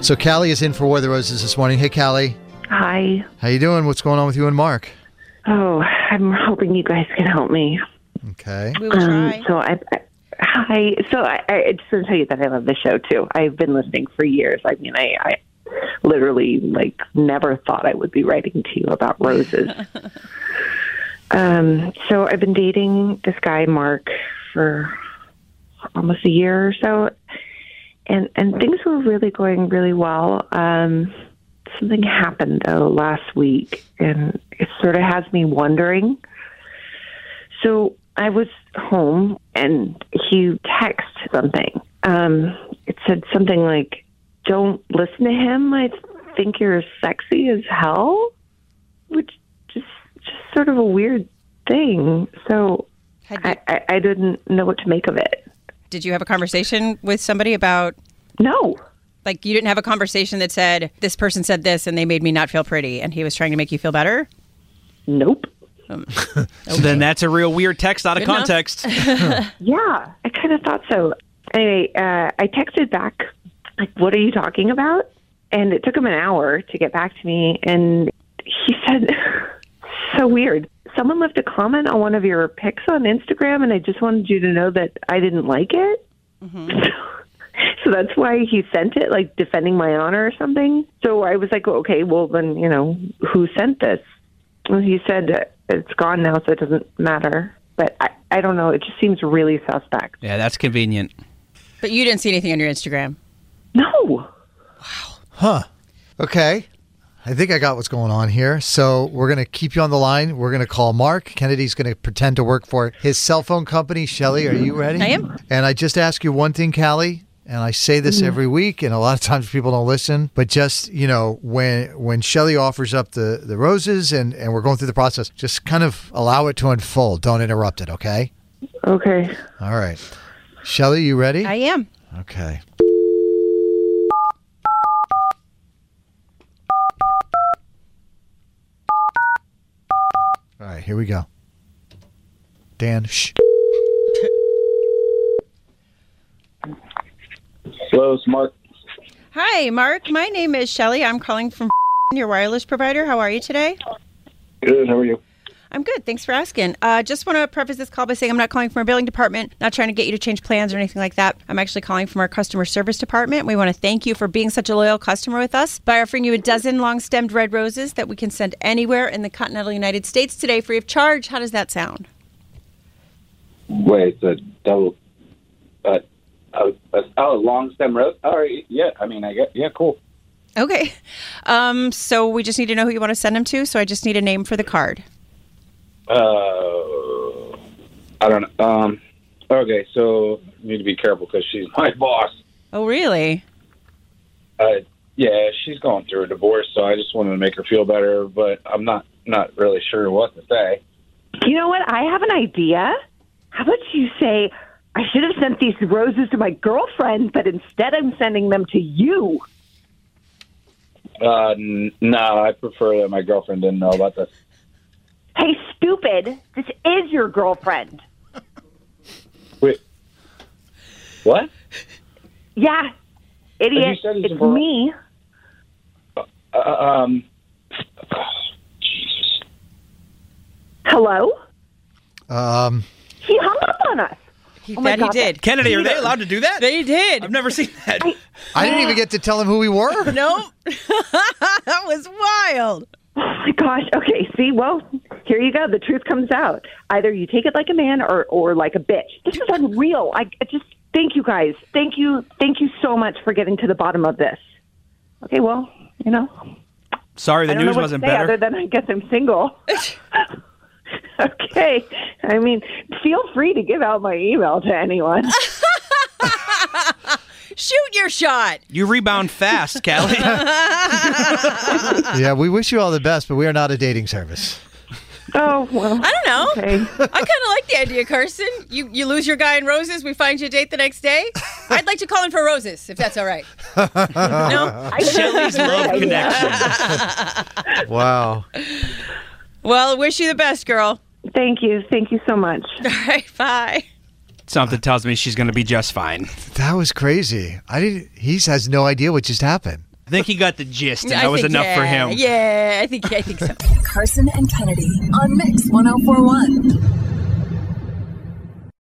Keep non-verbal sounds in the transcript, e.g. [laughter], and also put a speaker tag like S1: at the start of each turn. S1: So Callie is in for War of the Roses this morning. Hey, Callie,
S2: Hi.
S1: how you doing? What's going on with you and Mark?
S2: Oh, I'm hoping you guys can help me. Um,
S1: Okay.
S3: We will try.
S2: so I, I hi. So I, I just want to tell you that I love the show too. I've been listening for years. I mean, I, I literally like never thought I would be writing to you about roses. um, so I've been dating this guy Mark for almost a year or so, and and things were really going really well. Um, something happened though last week, and it sort of has me wondering. So I was home and he texted something. Um, it said something like, Don't listen to him. I think you're sexy as hell, which just just sort of a weird thing. So
S3: Had you,
S2: I, I, I didn't know what to make of it.
S3: did you have a conversation with somebody about
S2: No.
S3: like you didn't have a conversation that said this person said this and they made me not feel pretty and he was trying to make you feel better?
S2: Nope.
S4: Then that's a real weird text out of
S3: enough.
S4: context.
S2: Yeah, I kind of thought so. Anyway, uh, I texted back, like, what are you talking about? And it took him an hour to get back to me. And he said, [laughs] so weird. Someone left a comment on one of your pics on Instagram, and I just wanted you to know that I didn't like it. [laughs] so that's why he sent it, like defending my honor or something. So I was like, okay, well, then, you know, who sent this? Well, he said uh, it's gone now, so it doesn't matter. But I, I don't know. It just seems really suspect.
S4: yeah, that's convenient.
S3: But you didn't see anything on your Instagram.
S2: No.
S1: Okay. I think I got what's going on here. So we're going to keep you on the line. We're going to call Mark. Kennedy's going to pretend to work for his cell phone company. Shelly, are you ready?
S3: I am. Mm.
S1: And I just ask you one thing, Callie. And I say this every week, and a lot of times people don't listen. But just you know, when when Shelly offers up the the roses, and and we're going through the process, just kind of allow it to unfold. Don't interrupt it. Okay.
S2: Okay.
S1: All right. Shelly, you ready?
S3: I am.
S1: okay. All right, here we go. Dan, shh.
S5: Hello, it's Mark.
S3: Hi, Mark. My name is Shelly. I'm calling from [laughs] your wireless provider. How are you today?
S5: Good. How are you?
S3: I'm good. Thanks for asking. Uh, just want to preface this call by saying I'm not calling from our billing department, not trying to get you to change plans or anything like that. I'm actually calling from our customer service department. We want to thank you for being such a loyal customer with us by offering you a dozen long stemmed red roses that we can send anywhere in the continental United States today free of charge. How does that sound?
S5: Wait, it's a double. Uh, uh, uh, oh, long stem road. All right. Yeah. I mean, I get. Yeah. Cool.
S3: Okay. Um, so we just need to know who you want to send them to. So I just need a name for the card.
S5: Uh, I don't know. Um. Okay. So you need to be careful because she's my [laughs] boss.
S3: Oh, really?
S5: Uh. Yeah. She's going through a divorce, so I just wanted to make her feel better, but I'm not not really sure what to say.
S2: You know what? I have an idea. How about you say, I should have sent these roses to my girlfriend, but instead I'm sending them to you.
S5: Uh. N- no, I prefer that my girlfriend didn't know about this.
S2: Hey, stupid, this is your girlfriend.
S5: Wait. What?
S2: Yeah,
S5: But you
S2: idiot,
S5: said it's
S2: it's
S5: a girl.
S2: me.
S5: Uh, um. Jesus.
S2: Hello?
S1: Um,
S2: He hung up on us.
S3: He,
S2: my
S3: that he
S2: God.
S3: did.
S4: Kennedy, are they allowed to do that?
S3: They did.
S4: I've never seen that.
S1: I didn't even get to tell him who we were.
S3: [laughs] no. that was wild.
S2: Oh my gosh. Okay, see, well, here you go. The truth comes out. Either you take it like a man or, or like a bitch. This is unreal. I I just thank you guys. Thank you. Thank you so much for getting to the bottom of this. Okay, well, you know,
S4: Sorry, the
S2: I don't
S4: news
S2: know what
S4: wasn't
S2: to say
S4: better.
S2: Other than I guess I'm single. okay. I mean, feel free to give out my email to anyone. [laughs]
S3: Shoot your shot.
S4: you rebound fast, Callie.
S1: yeah, we wish you all the best, but we are not a dating service.
S2: oh well.
S3: I don't know.
S2: Okay.
S3: [laughs] I kind of like the idea, Carson. You you lose your guy in roses. We find you a date the next day. I'd like to call in for roses, if that's all
S4: [laughs]
S3: right. no.
S2: I
S4: Shelly's love connection.
S1: Wow.
S3: Well, wish you the best, girl. [laughs]
S2: Thank you. Thank you so much.
S3: All right. Bye.
S4: Something tells me she's going to be just fine.
S1: That was crazy. I didn't he has no idea what just happened.
S4: I think he got the gist, and
S3: I
S4: that was
S3: think,
S4: enough for
S3: yeah,
S4: him.
S3: Yeah, I think I think so.
S6: Carson and Kennedy on Mix 1041.